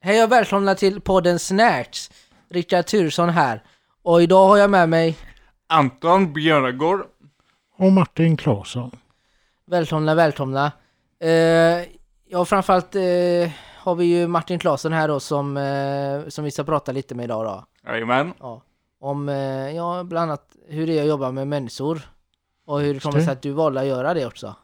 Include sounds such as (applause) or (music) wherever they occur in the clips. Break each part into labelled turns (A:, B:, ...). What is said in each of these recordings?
A: Hej och välkomna till podden Snacks! Rickard Turesson här. Och idag har jag med mig,
B: Anton Björnegård.
C: Och Martin Claesson.
A: välkomna, välkomna. Eh, ja, framförallt eh, har vi ju Martin Claesson här då som, eh, som vi ska prata lite med idag då.
B: Jajamän.
A: Ja. Om, eh, ja, bland annat hur det är att jobba med människor. Och hur det kommer
C: det.
A: sig att du valde att göra det också.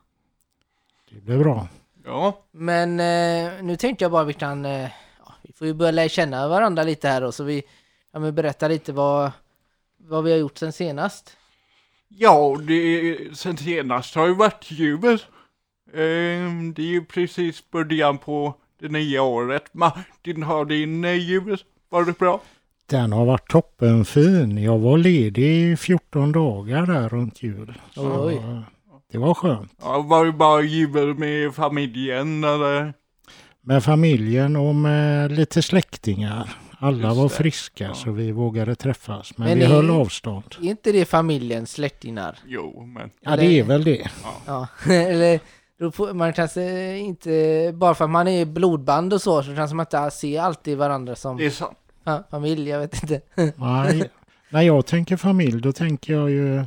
C: Det blir bra.
B: Ja.
A: Men eh, nu tänkte jag bara vi kan, eh, ja, vi får ju börja lära känna varandra lite här då, så vi kan väl berätta lite vad, vad vi har gjort sen senast.
B: Ja, det, sen senast har ju varit jul. Ehm, det är ju precis början på det nya året. Martin, har din eh, jul varit bra?
C: Den har varit toppenfin. Jag var ledig i 14 dagar där runt jul. Så
A: Oj.
C: eh, det var skönt.
B: Ja, var det bara jul med familjen eller?
C: Med familjen och med lite släktingar. Alla
B: Just
C: var
B: det.
C: friska
B: Ja.
C: så vi vågade träffas. Men,
A: Men
C: vi
A: ni-
C: höll avstånd.
A: Är inte det familjens släktingar?
B: Jo, men
C: Ja det är väl det.
A: Ja, (laughs) eller då får- man kanske inte, bara för att man är blodband och så, så kanske man inte ser alltid varandra som
B: det är sant.
A: fa- familj, jag vet inte. (laughs)
C: Nej. När jag tänker familj då tänker jag ju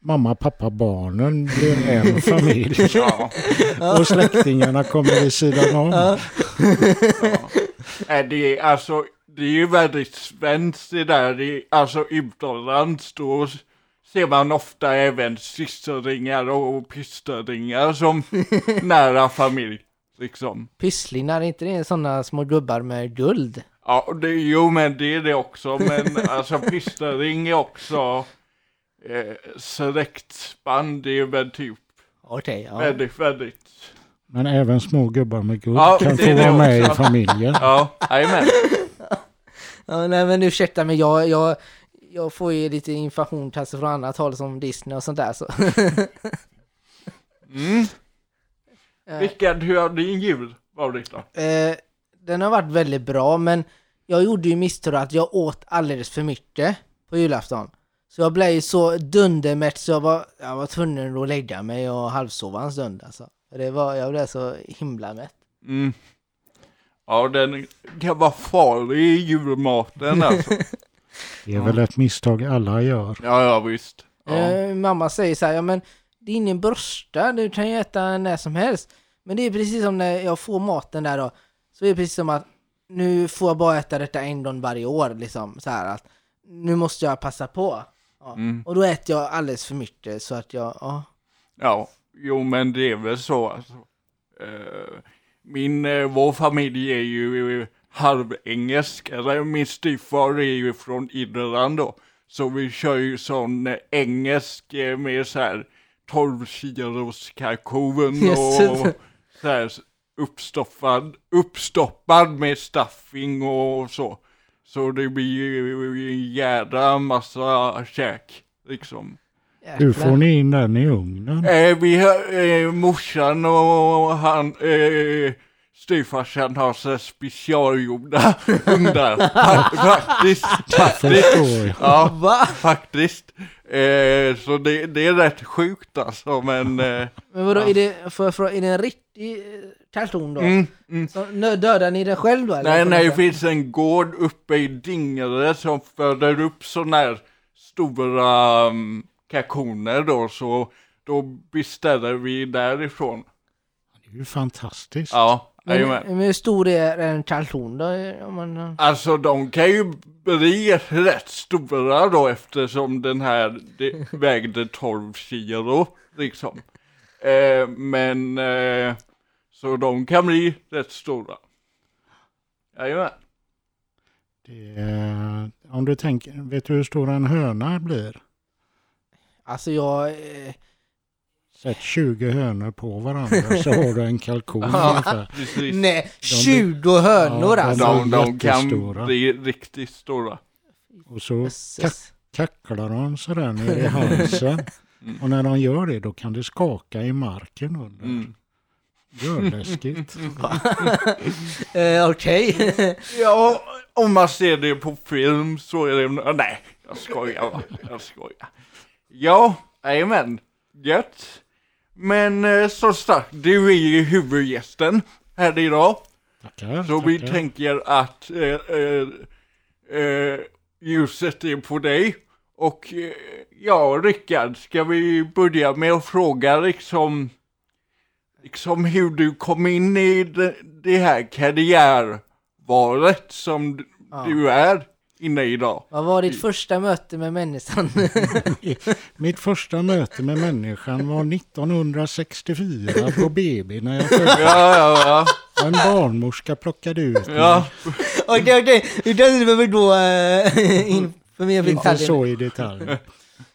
C: mamma, pappa, barnen blir en familj.
B: Ja.
C: Och släktingarna kommer vid sidan om.
B: Nej, det är alltså, det är ju väldigt svenskt det där. Det är, alltså utomlands då s- ser man ofta även systerringar och pysterringar som
A: (laughs)
B: nära familj. Liksom.
A: Pysslingar, är inte det sådana små gubbar med guld?
B: Ja, det, jo men det är det
A: (laughs)
B: också, men alltså pysterring är också eh, släktsband, det är väl typ
A: Okej, ja.
B: väldigt, väldigt,
C: Men även små gubbar med guld
B: Ja,
C: kan
B: det
C: få
B: är det
C: vara med i
B: också.
C: familjen.
B: ja, jajamän.
A: ja. Nej men ursäkta mig, jag, jag, jag får ju lite information kanske från annat håll som Disney och sånt där så.
B: Mm.
A: Eh,
B: Rickard, hur har din jul varit då?
A: eh, den har varit väldigt bra men jag gjorde ju misstag att jag åt alldeles för mycket på julafton. Så jag blev ju så dundermätt så jag var, jag var tvungen att lägga mig och halvsova en stund alltså. För Det var, jag blev så himla mätt.
B: Mm. Ja, den kan vara farlig i julmaten alltså. (laughs)
C: Det är väl ett misstag alla gör.
B: Ja, ja visst. Ja.
A: Eh, mamma säger så här, ja men det är ingen brösta, du kan ju äta när som helst. Men det är precis som när jag får maten där då, så är det precis som att nu får jag bara äta detta en gång varje år liksom. Så här att nu måste jag passa på. Ja.
B: Mm.
A: Och då äter jag alldeles för mycket så att jag, ja.
B: ja, jo men det är väl så alltså. Eh, Min, eh, vår familj är ju eh, halvengelsk, eller min styvfar är ju från Irland då. Så vi kör ju sån eh, engelsk eh, med så här 12 kilos kalkon
A: Jösses.
B: och så här uppstoppad, uppstoppad med stuffing och så. Så det blir ju en jädra massa käk liksom.
C: Hur
A: jäklar.
C: får ni in den i ugnen?
B: Eh, vi har, eh, morsan och han, eh, styvfarsan har så här specialgjorda hundar. Fa- faktiskt, faktiskt.
C: Förstår jag.
B: Ja,
A: Va?
B: faktiskt. Eh, så det, det är rätt sjukt alltså, men eh,
A: Men vadå, är det, får jag fråga, är det en riktig eh, kalkon då?
B: mm, mm.
A: Så, nö, dödar ni den själv då? eller?
B: Nej, nej, det finns en gård uppe i Dingle som föder upp sådana här stora um, kalkoner då, så då beställer vi därifrån.
C: Det är ju fantastiskt.
B: Ja,
A: men,
B: jajamän.
A: men hur stor är en kalkon då? Om man,
B: Alltså de kan ju bli rätt stora då eftersom den här det vägde 12 kilo liksom. Eh, men eh, så de kan bli rätt stora. Jajamän.
C: Det är, om du tänker, vet du hur stor en höna blir?
A: alltså jag... Eh,
C: Sätt 20 hönor på varandra så har du en kalkon ungefär.
B: Precis.
A: Nej, 20 hönor
C: Ja,
A: alltså!
B: De, de kan
C: Jättestora.
B: bli riktigt stora.
C: Och så
A: Jösses.
C: kacklar de sådär nere i halsen. Och när de gör det då kan det skaka i marken under.
B: Mm.
C: Görläskigt.
A: Eh, Okej.
B: Ja, om man ser det på film så är det... Nej, jag skojar. va. Jag skojar. Ja, jajamän. Gött. Men eh, som sagt, du är ju huvudgästen här idag.
C: Tackar.
B: Så vi
C: tackar.
B: tänker att eh, eh, eh, ljuset är på dig. Och eh, ja, Rickard, ska vi börja med att fråga liksom, liksom hur du kom in i det, det här karriärvalet som d-
A: Ja.
B: du är inne i idag?
A: (laughs) Vad var ditt första möte med människan?
C: Mitt första möte med människan var 1964 på BB när jag föddes.
B: Ja, ja, ja.
C: En barnmorska plockade ut mig.
B: ja.
A: (laughs) Okej, okej. Utan du behöver gå eh, in för mer
C: Inte
A: detaljer.
C: så i detalj.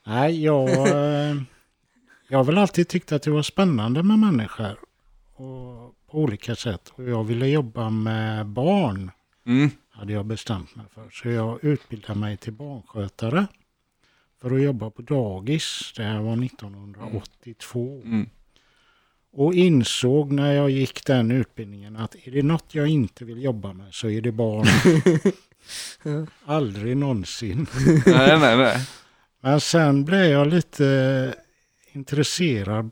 C: Nej, jag... eh, Jag har väl alltid tyckt att det var spännande med människor. Och på olika sätt. Och jag ville jobba med barn.
B: Mm.
C: hade jag bestämt mig för. Så jag utbildade mig till barnskötare för att jobba på dagis. Det här var 1982.
B: Mm.
C: Och insåg när jag gick den utbildningen att är det något jag inte vill jobba med så är det barn. Aldrig någonsin.
B: Nej, nej, nej.
C: Men sen blev jag lite intresserad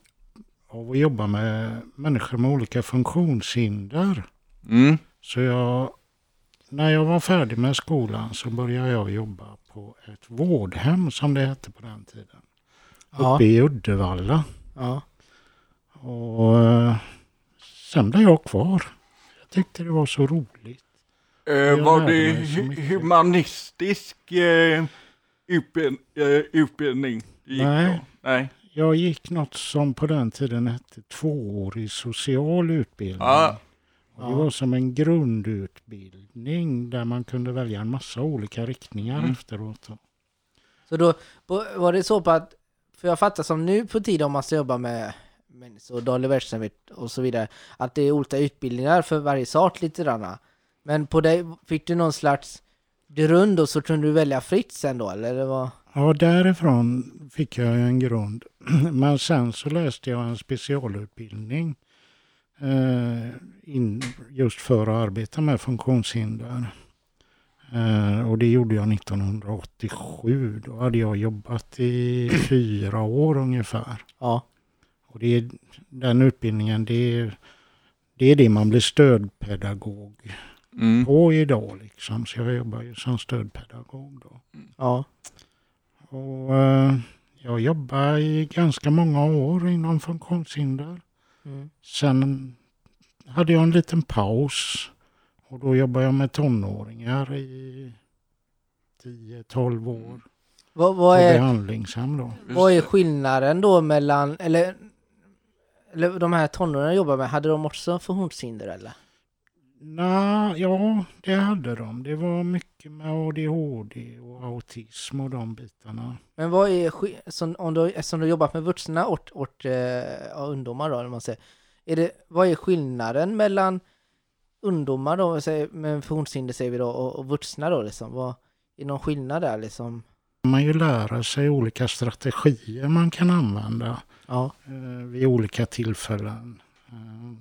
C: av att jobba med människor med olika funktionshinder.
B: Mm.
C: Så jag, när jag var färdig med skolan så började jag jobba på ett vårdhem som det hette på den tiden.
A: Ja.
C: Uppe i Uddevalla.
A: ja.
C: Och eh, sen blev jag kvar. Jag tyckte det var så roligt.
B: Eh, var
C: lärde
B: det
C: mig så
B: hu-
C: mycket.
B: humanistisk eh, utbild, eh, utbildning? du gick
C: Nej.
B: då? Nej.
C: Jag gick något som på den tiden hette tvåårig social utbildning.
B: Ja.
C: Och det var som en grundutbildning där man kunde välja en massa olika riktningar
B: Mm.
C: efteråt.
A: Så då på- var det så på att, för jag fattar som nu på tiden om man ska jobba med människor, daglig verksamhet och så vidare, att det är olika utbildningar för varje sort lite grann. Men på dig, fick du någon slags grund och så kunde du välja fritt sen då, eller? Det var...
C: Ja, därifrån fick jag ju en grund. (clears throat) Men sen så läste jag en specialutbildning eh, in, just för att arbeta med funktionshinder. Eh, och det gjorde jag 1987. Då hade jag jobbat i (clears throat) fyra år ungefär.
A: Ja.
C: Och det är, den utbildningen, det är, det är det man blir stödpedagog
B: Mm.
C: på idag. Liksom. Så jag jobbar ju som stödpedagog då.
A: Ja.
C: Och eh, jag jobbade i ganska många år inom funktionshinder.
A: Mm.
C: Sen hade jag en liten paus och då jobbade jag med tonåringar i 10-12 år
A: Vad,
C: på
A: vad, är,
C: behandlingshem då.
A: vad är skillnaden då mellan, eller, eller de här tonåringarna jag jobbar med, hade de också funktionshinder eller?
C: Nej, ja det hade de. Det var mycket med ADHD och autism och de bitarna.
A: Men vad är, sk- som, om du, eftersom du har jobbat med vuxna och, och eh, ja, ungdomar då, eller vad man säger, är det, vad är skillnaden mellan ungdomar då, säg- med funktionshinder säger vi då, och, och vuxna då liksom? Vad, är det någon skillnad där liksom?
C: Man ju lära sig olika strategier man kan använda.
A: Ja,
C: eh, vid olika tillfällen. Eh,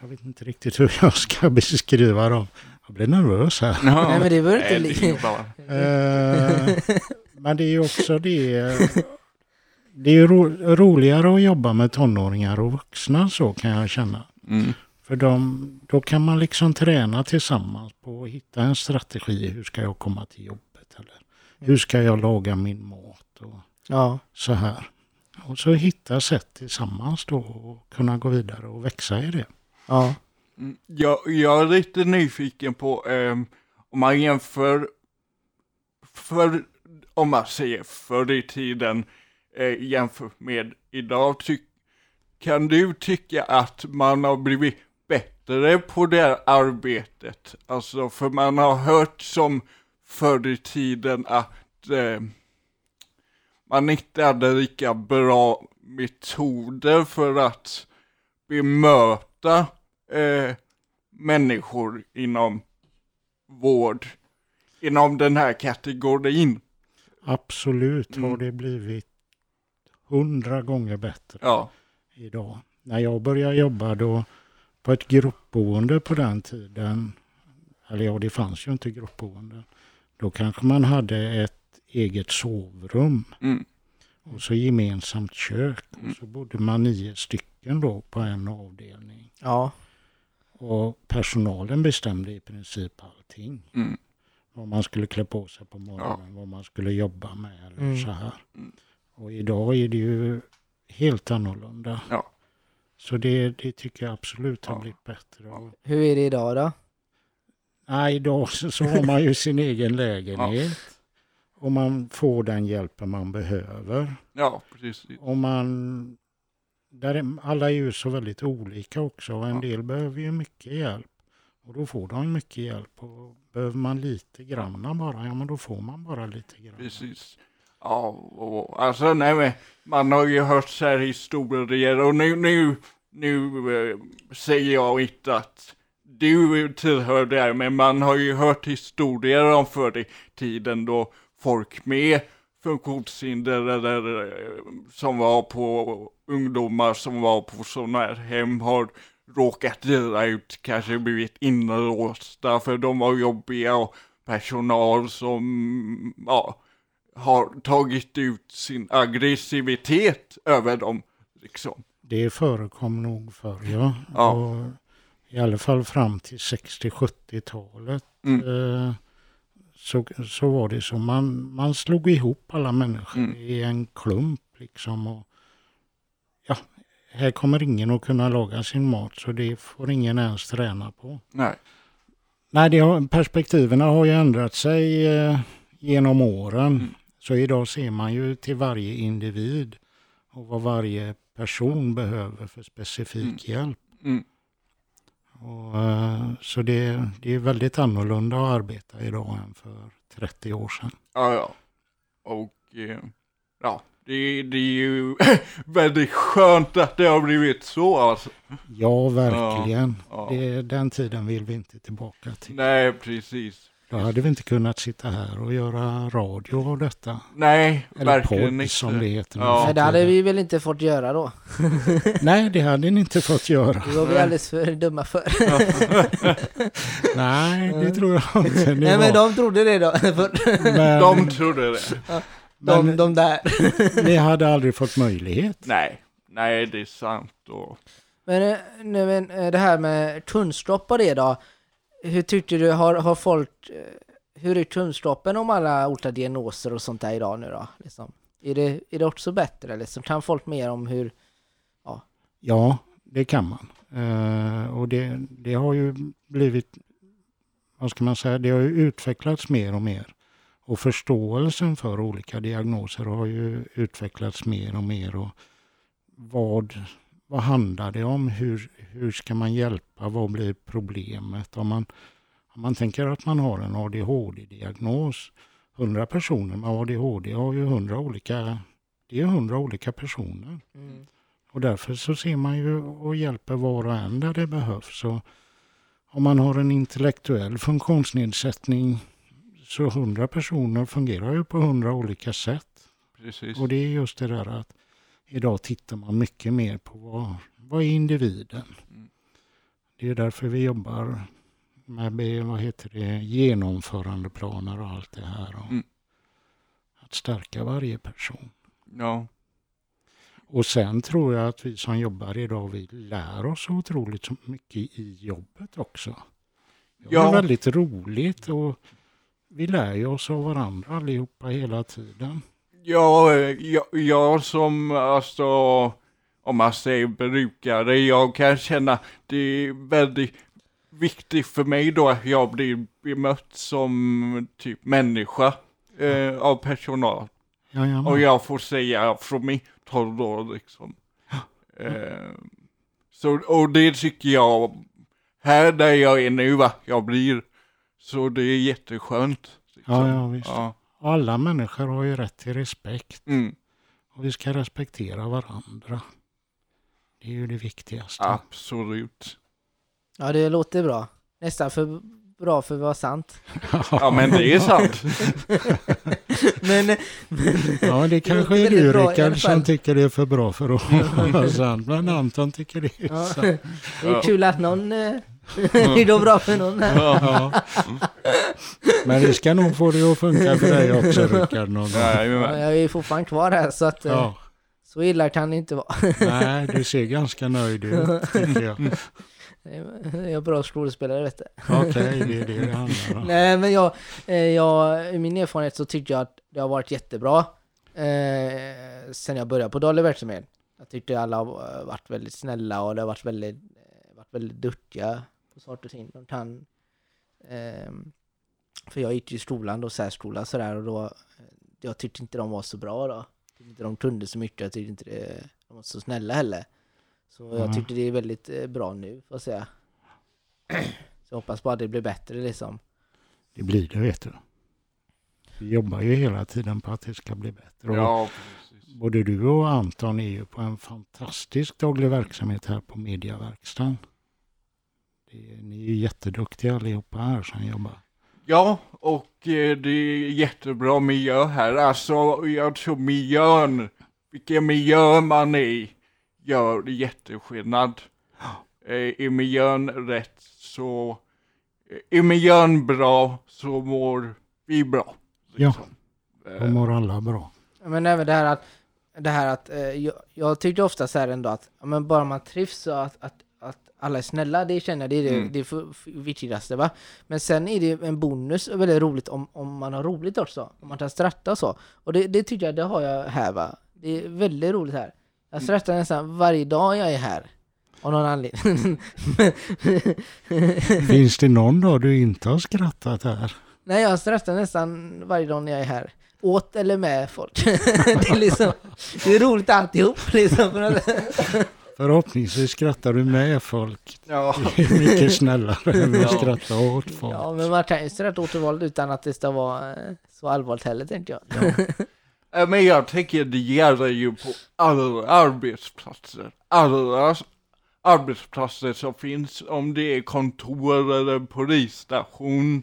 C: Jag vet inte riktigt hur jag ska beskriva dem. Jag blir nervös här.
B: Ja.
A: nej men det behöver inte
B: Nej, det
A: li- (laughs)
B: är bara-
C: Eh, Men det är ju också det. Det är ju ro- roligare att jobba med tonåringar och vuxna så kan jag känna.
B: Mm.
C: För dem, då kan man liksom träna tillsammans på att hitta en strategi. Hur ska jag komma till jobbet? Eller hur ska jag laga min mat? Och
A: Ja,
C: så här. Och så hitta sätt tillsammans då och kunna gå vidare och växa i det.
A: ja,
B: Mm. Jag, jag är lite nyfiken på ehm, om man jämför, för, om man säger förr i tiden eh, jämfört med idag, ty- kan du tycka att man har blivit bättre på det här arbetet? Alltså, för man har hört som förr i tiden att eh, man inte hade lika bra metoder för att bemöta eh, människor inom vård, inom den här kategorin.
C: Absolut har
B: Mm.
C: det blivit hundra gånger bättre
B: Ja.
C: idag. När jag började jobba då på ett gruppboende på den tiden, eller ja det fanns ju inte gruppboende, då kanske man hade ett eget sovrum.
B: Mm.
C: Och så gemensamt kök. Och så bodde man nio stycken då på en avdelning.
A: Ja.
C: Och personalen bestämde i princip allting.
B: Mm.
C: Vad man skulle klä på sig på morgonen, vad man skulle jobba med eller
A: Mm.
C: så här.
B: Mm.
C: Och idag är det ju helt annorlunda.
B: Ja.
C: Så det, det tycker jag absolut har
B: Ja.
C: blivit bättre.
B: Ja.
A: Hur är det idag då?
C: Nej, idag så så har man ju sin egen lägenhet. Och man får den hjälpen man behöver.
B: Ja, precis.
C: Och man... Där är, alla är ju så väldigt olika också. Och en
B: Ja.
C: del behöver ju mycket hjälp. Och då får de mycket hjälp. Och behöver man lite granna bara, ja men då får man bara lite granna.
B: Precis. Ja, och, och- alltså nej men man har ju hört så här historier och nu, nu, nu eh, säger jag inte att du tillhör det här, men man har ju hört historier om förr i tiden då folk med funktionshinder eller eh, som var på ungdomar som var på sådana här hem har råkat illa ut, kanske blivit inlåsta för de var jobbiga och personal som ja, har tagit ut sin aggressivitet över dem. Liksom.
C: Det förekom nog förr, ja.
B: Ja.
C: Och I alla fall fram till 60-70-talet.
B: Mm.
C: Eh, så, så var det så. Man, man slog ihop alla människor
B: Mm.
C: i en klump. Liksom, och, ja, här kommer ingen att kunna laga sin mat så det får ingen ens träna på.
B: Nej.
C: Nej, det har, perspektiven har ju ändrat sig eh, genom åren.
B: Mm.
C: Så idag ser man ju till varje individ och vad varje person behöver för specifik hjälp.
B: Mm.
C: Och, eh, så det, det är väldigt annorlunda att arbeta idag än för 30 år sedan.
B: Ja, ja. Och eh, ja, det, det är ju (laughs) väldigt skönt att det har blivit så alltså.
C: Ja, verkligen.
B: Ja.
C: Det, den tiden vill vi inte tillbaka till.
B: Nej, precis.
C: Då hade vi inte kunnat sitta här och göra radio av detta.
B: Nej,
C: Eller
B: verkligen
C: podd
B: inte.
C: som det heter nu
B: Ja.
C: för
A: Nej, det hade
C: tiden.
A: vi väl inte fått göra då.
C: Nej, det hade ni inte fått göra.
A: Det var vi alldeles för dumma för. (laughs)
B: (laughs)
C: Nej, det tror jag inte. ni
A: Nej men
C: var.
A: de trodde det då. (laughs) För
C: Men-
B: De trodde det.
A: de,
C: Men-
A: de där.
C: Ni hade aldrig fått möjlighet.
B: Nej, nej det är sant. Och,
A: (laughs) Men, eh, nej, men eh, det här med tunnstropp och det då. Hur tyckte du, har, har folk, eh, hur är tunnstroppen om alla olika diagnoser och sånt där idag nu då? Liksom? Är, det, är det också bättre? Liksom? Kan folk mer om hur,
C: Ja, det kan man. Eh, och det, det har ju blivit, vad ska man säga, det har ju utvecklats mer och mer. Och förståelsen för olika diagnoser har ju utvecklats mer och mer. Och vad, vad handlar det om? Hur, hur ska man hjälpa? Vad blir problemet? Om man, om man tänker att man har en ADHD-diagnos, 100 personer med ADHD har ju 100 olika, det är 100 olika personer.
A: mm.
C: Och därför så ser man ju och hjälper var och en där det behövs. Så om man har en intellektuell funktionsnedsättning så 100 personer fungerar ju på 100 olika sätt.
B: precis.
C: Och det är just det där att idag tittar man mycket mer på vad, vad är individen?
B: Mm.
C: Det är därför vi jobbar med be- vad heter det, genomförandeplaner och allt det här. Och
B: Mm.
C: Att stärka varje person.
B: Ja,
C: Och sen tror jag att vi som jobbar idag, vi lär oss så otroligt så mycket i jobbet också. Det
B: Ja.
C: är väldigt roligt och vi lär ju oss av varandra allihopa hela tiden.
B: Ja, eh, jag, jag som alltså, om man säger brukare, jag kan känna det är väldigt viktigt för mig då att jag blir bemött som typ människa eh, av personal. Och
C: Jajamän.
B: jag får säga från mitt håll då
C: (gasps)
B: liksom.
C: Mm.
B: Eh, så, och det tycker jag, här där jag är nu, att jag blir. Så det är jätteskönt. Liksom.
C: Ja, ja, visst.
B: Ja.
C: Alla människor har ju rätt till respekt
B: Mm,
C: och vi ska respektera varandra. Det är ju det viktigaste.
B: absolut.
A: ja det låter bra. Nästan för bra för att vara sant. (laughs)
B: Ja men det är (laughs) sant.
A: Men, eh,
C: (laughs) Ja, det kanske är
A: väldigt
C: du
A: bra i alla
C: Rickard som
A: fall.
C: tycker det
A: (laughs)
C: är för bra för att vara sant, men Anton tycker det är (laughs)
A: ja,
C: sant.
A: det är kul att någon eh, (laughs) är då bra för någon?
B: Ja,
C: Men vi ska nog få det att funka för dig
A: (laughs)
C: också Rickard någon gång.
B: nej,
A: Ja,
B: men-
A: jag är ju fortfarande kvar här så att eh,
C: Ja,
A: så illa kan det inte vara. (laughs)
C: nej, du ser ganska nöjd ut tycker jag.
A: Jag är bra skådespelare vet du.
C: Okej, det är det det handlar om.
A: Nej men jag, eh, jag, i min erfarenhet så tycker jag att det har varit jättebra eh, sen jag började på daglig verksamhet. Jag tyckte alla har eh, varit väldigt snälla och det har varit väldigt, eh, varit väldigt duktiga på saker och ting. De kan, ehm, för jag gick ju i skolan då, särskola sådär och då, eh, jag tyckte inte de var så bra då. Jag tyckte inte de kunde så mycket, jag tyckte inte det, de var så snälla heller. Så jag
C: Mm.
A: tyckte det är väldigt eh, bra nu, får jag säga. (clears throat) Så jag hoppas bara det blir bättre liksom.
C: Det blir det vet du. Vi jobbar ju hela tiden på att det ska bli bättre. Och
B: ja, precis.
C: Både du och Anton är ju på en fantastisk daglig verksamhet här på Mediaverkstan. Det är, ni är ju jätteduktiga allihopa här som jobbar.
B: Ja, och eh, det är jättebra miljö här. Alltså, jag tror miljön, vilken miljö man är i, gör jätteskillnad. Eh, Är miljön rätt så, eh, är miljön bra så mår vi bra.
C: Ja.
B: Eh,
C: De mår alla bra.
A: (laughs) Ja, Men även det här att, det här att eh, jag, jag tyckte ofta så här ändå att ja, men bara man trivs och att, att, att alla är snälla, det känner jag, det är det,
B: Mm.
A: det är för, för viktigaste va. Men sen är det en bonus och väldigt roligt om, om man har roligt också, om man kan skratta och så. Och det, det tycker jag, det har jag här va. Det är väldigt roligt här. Jag skrattar nästan varje dag jag är här. Av någon anledning. (laughs)
C: Finns det någon dag du inte har skrattat här?
A: Nej, jag stressar nästan varje dag när jag är här. Åt eller med folk. (laughs) det, är liksom, det är roligt alltihop liksom. För att-
C: Förhoppningsvis skrattar du med folk.
B: Ja.
C: Det är (laughs) mycket snällare än att
B: Ja.
C: skratta åt folk.
A: Ja, men man kan ju skratta åt det våld utan att det ska vara eh, så allvarligt heller, tänkte jag.
B: Ja, Eh, Men jag tänker det gäller ju på alla arbetsplatser. Alla arbetsplatser som finns, om det är kontor eller polisstation,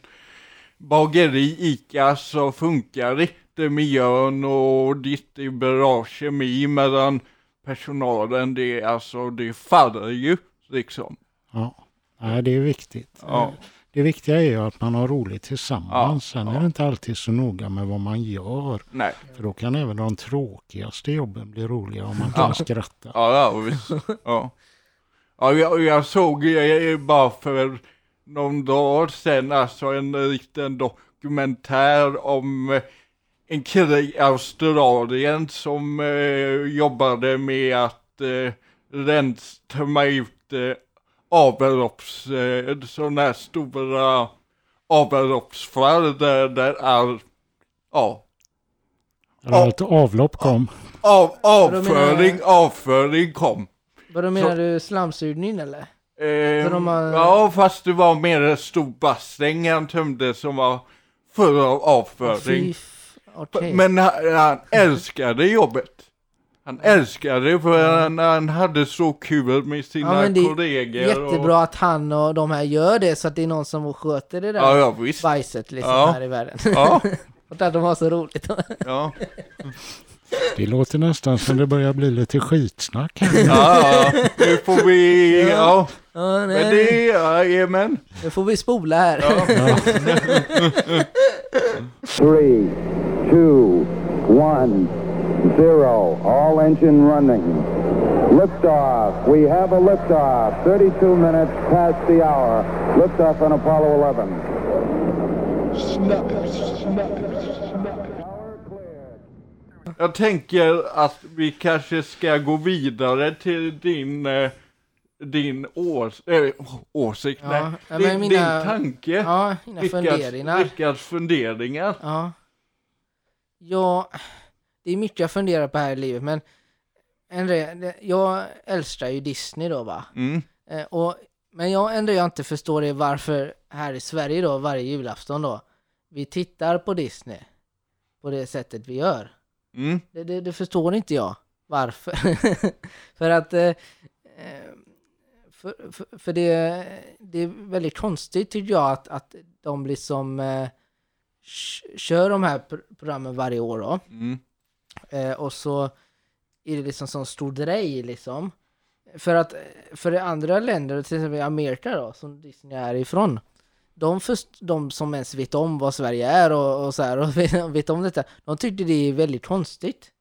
B: bageri, ICA, så funkar inte miljön och ditt är bra kemi mellan personalen. Det är alltså, det faller ju liksom.
C: Ja. Nej, det är viktigt.
B: Ja,
C: Det viktiga är ju att man har roligt tillsammans.
B: Ja,
C: Sen
B: ja.
C: är det inte alltid så noga med vad man gör.
B: nej.
C: För då kan även de tråkigaste jobben bli roliga om man kan
B: Ja.
C: skratta.
B: Ja, ja visst. Ja. Ja, jag, jag såg ju bara för någon dag sedan alltså en liten dokumentär om eh, en kille i Australien som eh, jobbade med att eh, rens, tömma ut eh, avlopps, eh, sådana här stora avloppsfall där, där all, ja,
C: När Allt avlopp kom.
B: av,
A: menar-
B: avföring, avföring kom.
A: (laughs) Vadå, menar du slamsugning eller?
B: Eh,
A: de har-
B: Ja, fast det var mer en stor bassäng han tömde som var full av
A: Fy
B: avföring.
A: f- Okej.
B: Men han, han älskade jobbet. Han älskade det för han, han hade så kul med sina
A: Ja, men det är
B: kollegor. Och,
A: Jättebra att han och de här gör det, så att det är någon som sköter det där
B: ja, ja, visst.
A: bajset liksom
B: Ja.
A: här i världen. (laughs)
B: Ja,
A: och att de har så roligt. (laughs)
B: ja.
C: Det låter nästan som det börjar bli lite skitsnack här.
B: ja, ja. Nu får vi, ja.
A: ja, nej,
B: Men det, är- jajamän.
A: Nu får vi spola här.
B: Ja.
D: three, two, one, zero. All engine running. Liftoff. We have a liftoff. 32 minutes past the hour. Liftoff on Apollo 11.
B: Jag tänker att vi kanske ska gå vidare till din, eh, din ås eh, åsikt,
A: Ja,
B: nej,
A: ja,
B: din,
A: men mina-
B: din
A: (laughs)
B: tanke.
A: Ja, mina funderingar.
B: Rickards funderingar.
A: Ja. Ja, det är mycket jag funderar på här i livet, men en re- jag älskar ju Disney då va?
B: Mm.
A: Eh, och, men jag ändå jag inte förstår är varför här i Sverige då, varje julafton då, vi tittar på Disney på det sättet vi gör.
B: Mm.
A: Det, det, det förstår inte jag varför. (laughs) för att eh, eh, för, för, för det, det är väldigt konstigt tycker jag att, att de liksom eh, k- kör de här pr- programmen varje år då.
B: Mm.
A: Eh, och så är det liksom sån stor drej liksom. För att för det andra länder, till exempel Amerika då, som Disney är ifrån. De, först, de som ens vet om vad Sverige är och, och så här, och (laughs) vet, vet om detta, de tyckte det är väldigt konstigt.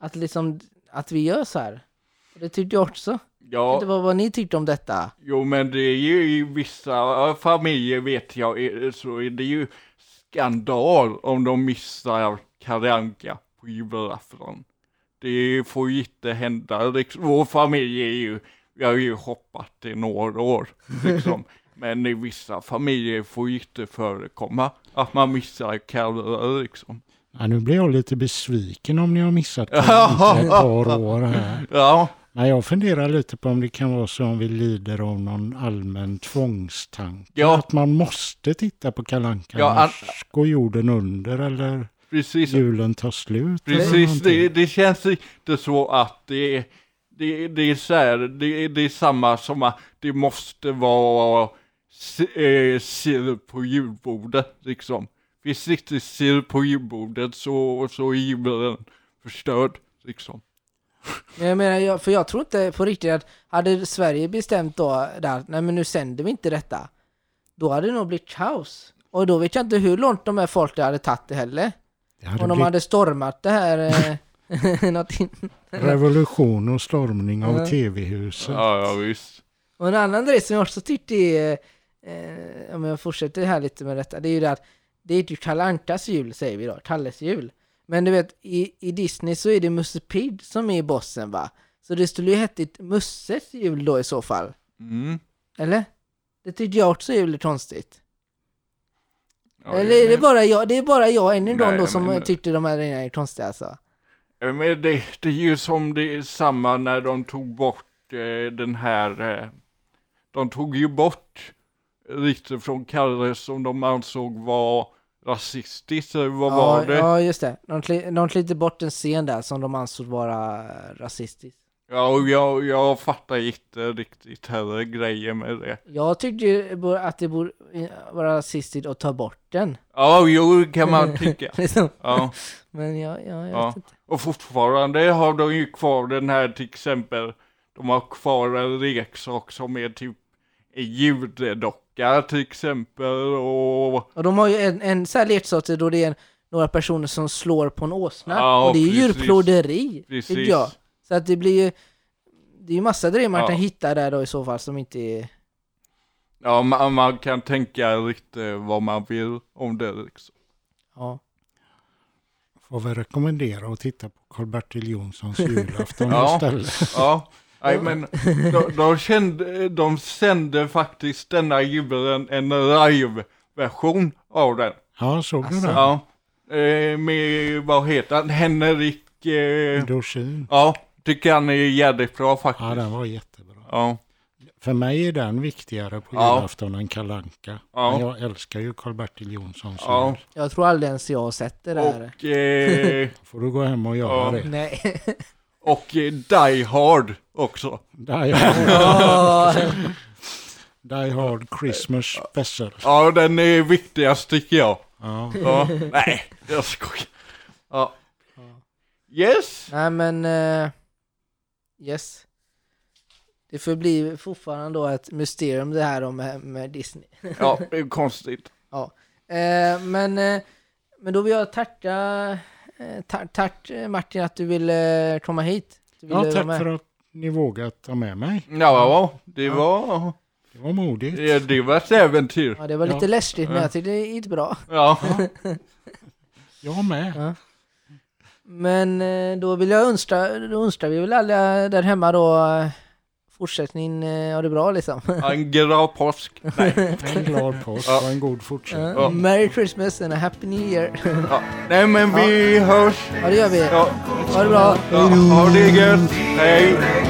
A: Att liksom, att vi gör så här. Och det tyckte jag också.
B: Ja,
A: Det var vad ni tyckte om detta.
B: jo men det är ju i vissa familjer vet jag är- så är det ju skandal om de missar Kalle Anka på julafton. Det får ju inte hända. Liksom. Vår familj är ju, vi har ju hoppat i några år liksom. Men i vissa familjer får ju inte förekomma att man missar Kalle liksom.
C: Ja, nu blir jag lite besviken om ni har missat det inte ett par år här.
B: Ja,
C: Nej, jag funderar lite på om det kan vara så om vi lider av någon allmän tvångstanke.
B: Ja.
C: Att man måste titta på Kalle Anka,
B: Ja,
C: annars går jorden under eller
B: precis.
C: julen tar slut. eller
B: Precis,
C: någonting.
B: det, det känns inte så att det är, det, det är så här, det, det är samma som att det måste vara si- eh, sill på julbordet liksom. Finns det inte sill på julbordet så, så är julen förstörd liksom.
A: Men jag menar, jag, för jag tror inte på riktigt att hade Sverige bestämt då där, nej men nu sänder vi inte detta. Då hade det nog blivit kaos. Och då vet jag inte hur långt de här folket hade tagit det heller.
C: Det hade
A: Om de
C: blivit
A: hade stormat det här eh, (laughs) något in.
C: revolution och stormning av
A: Ja.
C: tv-huset.
B: Ja, ja visst.
A: Och en annan grej som jag också tyckte är, eh, om jag fortsätter här lite med detta, det är ju det att det är ju Kalle Ankas jul säger vi då, Kalles jul. Men du vet, i, i Disney så är det Musse Pigg som är bossen va? Så det skulle ju hetit Musses jul då i så fall.
B: Mm.
A: Eller? Det tyckte jag också är lite konstigt.
B: Ja,
A: Eller är det bara jag, det är bara jag än en gång
B: Nej,
A: då som
B: men-
A: tyckte de här grejerna är konstiga alltså.
B: Ja, Men det, det är ju som det är samma när de tog bort eh, den här, eh, de tog ju bort rykten från Kalle som de ansåg var rasistiskt, eller vad
A: ja,
B: var det? Ja.
A: ja, just det. De, kli, de klippte bort en scen där som de ansåg vara rasistisk.
B: och jag, jag fattar inte riktigt heller grejen med det.
A: Jag tyckte ju bo- att det borde eh, vara rasistiskt att ta bort den. (laughs)
B: Ja, jo, kan man tycka.
A: Liksom.
B: Ja.
A: Men jag, jag, jag
B: Ja.
A: vet inte.
B: Och fortfarande har de ju kvar den här till exempel, de har kvar en leksak som är typ en judedocka till exempel och
A: Och de har ju en, en så här leksak då det är en, några personer som slår på en åsna.
B: Ja,
A: och det är ju
B: precis.
A: djurplågeri,
B: Precis.
A: tycker jag. Så att det blir ju... Det är ju massa grejer man
B: Ja.
A: kan hitta där då i så fall som inte är...
B: Ja, man, man kan tänka lite vad man vill om det liksom.
A: Ja.
C: Får vi rekommendera att titta på
A: (laughs)
C: Karl-Bertil Jonssons julafton
B: Ja.
C: istället.
B: Ja, nej men de, de, kände, de sände faktiskt denna julen en live-version av den.
C: Ja, såg du
A: Alltså,
C: det?
B: Ja, eh, med, vad heter han, Henrik, eh,
C: Dorsin.
B: ja, tycker han är jävligt bra
C: Ja,
B: faktiskt.
C: den var jättebra.
B: Ja,
C: För mig är den viktigare på
B: Ja.
C: julafton än Kalle Anka.
B: Ja.
C: Men jag älskar ju Karl-Bertil Jonssons
B: Ja.
C: jul.
A: Jag tror aldrig ens jag har sett det där.
B: och, eh,
C: får du gå hem och göra
B: Ja.
C: det.
A: Nej.
B: och eh, Die Hard också. (laughs)
C: Die Hard,
A: Åh,
C: Die Hard Christmas Special.
B: Ja, den är viktigast tycker jag.
C: Ja.
B: Ja, nej, er jag skojar. Ja. Yes.
A: (laughs) Nej men... eh, yes. Det förblir fortfarande då ett mysterium det här om med, med Disney.
B: Ja, det är konstigt.
A: Eh, men, eh, men då vill jag tacka eh, ta- tack eh, Martin att du ville eh, komma hit. Du ville
C: ja,
A: vara
C: tack
A: med.
C: för att ni vågat ta med mig.
B: Ja, det var,
C: Det var modigt.
B: det, det var ett äventyr.
A: Ja, det var lite
C: Ja.
A: läskigt men
B: Ja.
A: jag tyckte det gick bra.
B: Ja,
C: Jag med.
A: Men eh, då vill jag önska, då önskar vi väl alla där hemma då eh, fortsättning, eh, ha det bra liksom.
B: en glad påsk. Nej,
C: En glad påsk
B: Ja.
C: och en god fortsättning.
A: Ja. Merry Christmas and a happy new year. (laughs)
B: ja. Nej men vi hörs.
A: Ja det gör vi.
B: Ja,
A: Ha det bra.
B: ja, ha det gött. Hej.